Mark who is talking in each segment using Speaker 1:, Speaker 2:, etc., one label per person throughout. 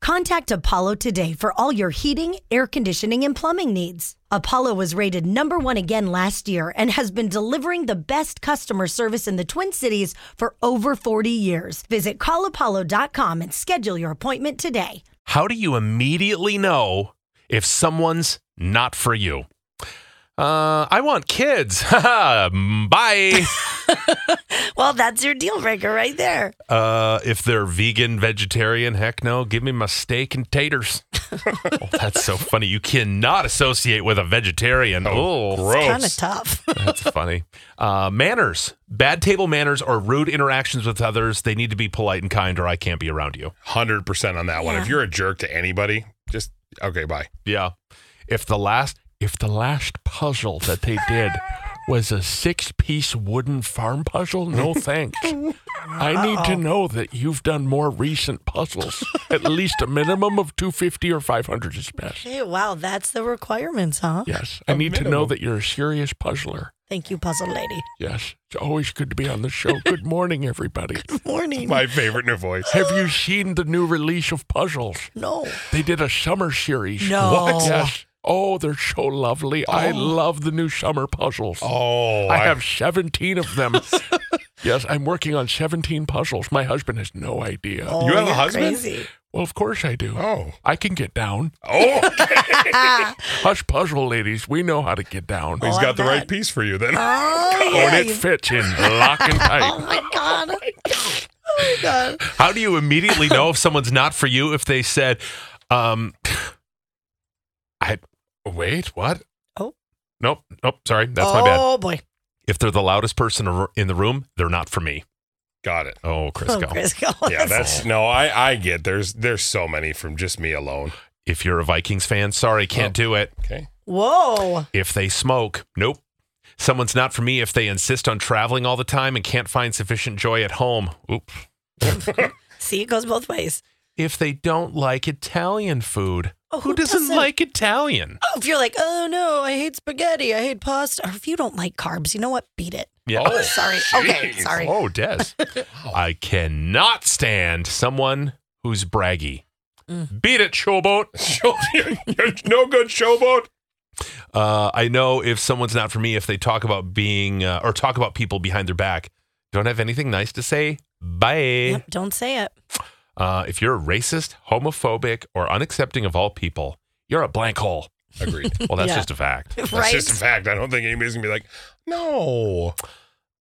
Speaker 1: Contact Apollo today for all your heating, air conditioning, and plumbing needs. Apollo was rated number one again last year and has been delivering the best customer service in the Twin Cities for over 40 years. Visit callapollo.com and schedule your appointment today.
Speaker 2: How do you immediately know if someone's not for you? Uh, I want kids. Bye.
Speaker 3: Well, that's your deal breaker right there.
Speaker 2: Uh, if they're vegan, vegetarian, heck no. Give me my steak and taters. oh, that's so funny. You cannot associate with a vegetarian. Oh,
Speaker 3: Kind of tough.
Speaker 2: That's funny. Uh, manners, bad table manners, or rude interactions with others. They need to be polite and kind, or I can't be around you.
Speaker 4: Hundred percent on that one. If you're a jerk to anybody, just okay, bye.
Speaker 2: Yeah. If the last, if the last puzzle that they did was a six-piece wooden farm puzzle, no thanks. I need to know that you've done more recent puzzles. At least a minimum of two fifty or five hundred is best.
Speaker 3: hey, wow, that's the requirements, huh?
Speaker 2: Yes. I
Speaker 4: A
Speaker 2: need to know
Speaker 4: minimum.
Speaker 2: that you're a serious puzzler.
Speaker 3: Thank you, puzzle lady.
Speaker 2: Yes. It's always good to be on the show. Good morning, everybody.
Speaker 3: Morning.
Speaker 4: My favorite in her voice.
Speaker 2: Have you seen the new release of Puzzles?
Speaker 3: no.
Speaker 2: They did a summer series.
Speaker 3: No. What?
Speaker 2: Yes. Oh, they're so lovely. I love the new summer puzzles.
Speaker 4: Oh,
Speaker 2: I have 17 of them. yes, I'm working on 17 puzzles. My husband has no idea.
Speaker 3: Oh,
Speaker 4: You have a
Speaker 3: you're
Speaker 4: husband?
Speaker 3: Crazy.
Speaker 2: Well, of course I do.
Speaker 4: Oh.
Speaker 2: I can get down.
Speaker 4: Oh,
Speaker 2: Hush puzzle ladies, we know how to get down.
Speaker 4: he's
Speaker 3: Oh, I
Speaker 4: got the
Speaker 3: bet.
Speaker 4: right piece for you then.
Speaker 3: Oh,
Speaker 2: Oh,
Speaker 3: yeah.
Speaker 2: and it
Speaker 3: you-
Speaker 2: fits in lock and
Speaker 3: oh,
Speaker 2: tight.
Speaker 3: my God. Oh, my God.
Speaker 2: How do you immediately know if someone's not for you if they said, um, I, wait, what?
Speaker 3: Oh.
Speaker 2: Nope, nope, sorry, that's
Speaker 3: oh,
Speaker 2: my bad.
Speaker 3: boy.
Speaker 2: If they're the loudest person ar- in the room, they're not for me.
Speaker 4: Got it.
Speaker 2: Oh,
Speaker 3: Oh,
Speaker 2: Crisco.
Speaker 3: Crisco.
Speaker 4: Yeah, that's no. I I get. There's there's so many from just me alone.
Speaker 2: If you're a Vikings fan, sorry, can't
Speaker 4: Oh.
Speaker 2: do it.
Speaker 4: Okay.
Speaker 3: Whoa.
Speaker 2: If they smoke, nope. Someone's not for me if they insist on traveling all the time and can't find sufficient joy at home. Oop.
Speaker 3: See, it goes both ways.
Speaker 2: If they don't like Italian food,
Speaker 3: Oh,
Speaker 2: who,
Speaker 3: who
Speaker 2: doesn't,
Speaker 3: doesn't?
Speaker 2: like Italian?
Speaker 3: Oh, if you're like, oh no, I hate spaghetti, I hate pasta, or if you don't like carbs, you know what? Beat it.
Speaker 2: Yeah.
Speaker 4: Oh,
Speaker 3: Sorry. Okay,
Speaker 4: jeez.
Speaker 3: sorry.
Speaker 2: Oh, Des. I cannot stand someone who's braggy.
Speaker 3: Mm.
Speaker 2: Beat it, showboat.
Speaker 4: Show- you're- you're no good showboat.
Speaker 2: Uh, I know if someone's not for me, if they talk about being uh, or talk about people behind their back, don't have anything nice to say. Bye.
Speaker 3: Yep, don't say it.
Speaker 2: Uh, if you're a racist, homophobic, or unaccepting of all people, you're a blank hole.
Speaker 4: Agreed.
Speaker 2: Well, that's
Speaker 3: Yeah.
Speaker 2: just a fact.
Speaker 4: That's
Speaker 3: right?
Speaker 4: just a fact. I don't think anybody's gonna be like, no.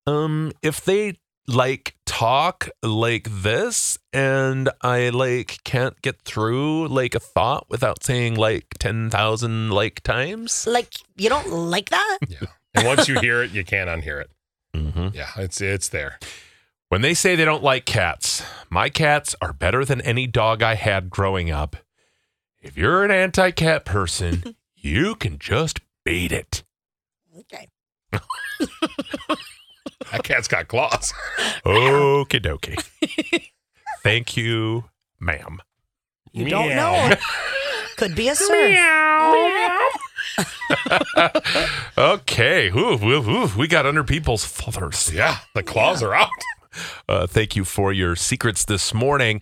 Speaker 2: Um, if they like talk like this, and I like can't get through like a thought without saying like ten thousand like times.
Speaker 3: like you don't like that?
Speaker 4: Yeah. And once you hear it, you can't unhear it.
Speaker 2: Mm-hmm.
Speaker 4: Yeah, it's it's there.
Speaker 2: When they say they don't like cats, my cats are better than any dog I had growing up. If you're an anti-cat person, you can just beat it.
Speaker 3: Okay.
Speaker 4: That cat's got claws.
Speaker 2: Okie dokie. Thank you, ma'am.
Speaker 3: You don't know. Could be a sir.
Speaker 2: Okay. Ooh, ooh, ooh, we got under people's feathers.
Speaker 4: Yeah, the claws are out.
Speaker 2: Uh, thank you for your secrets this morning.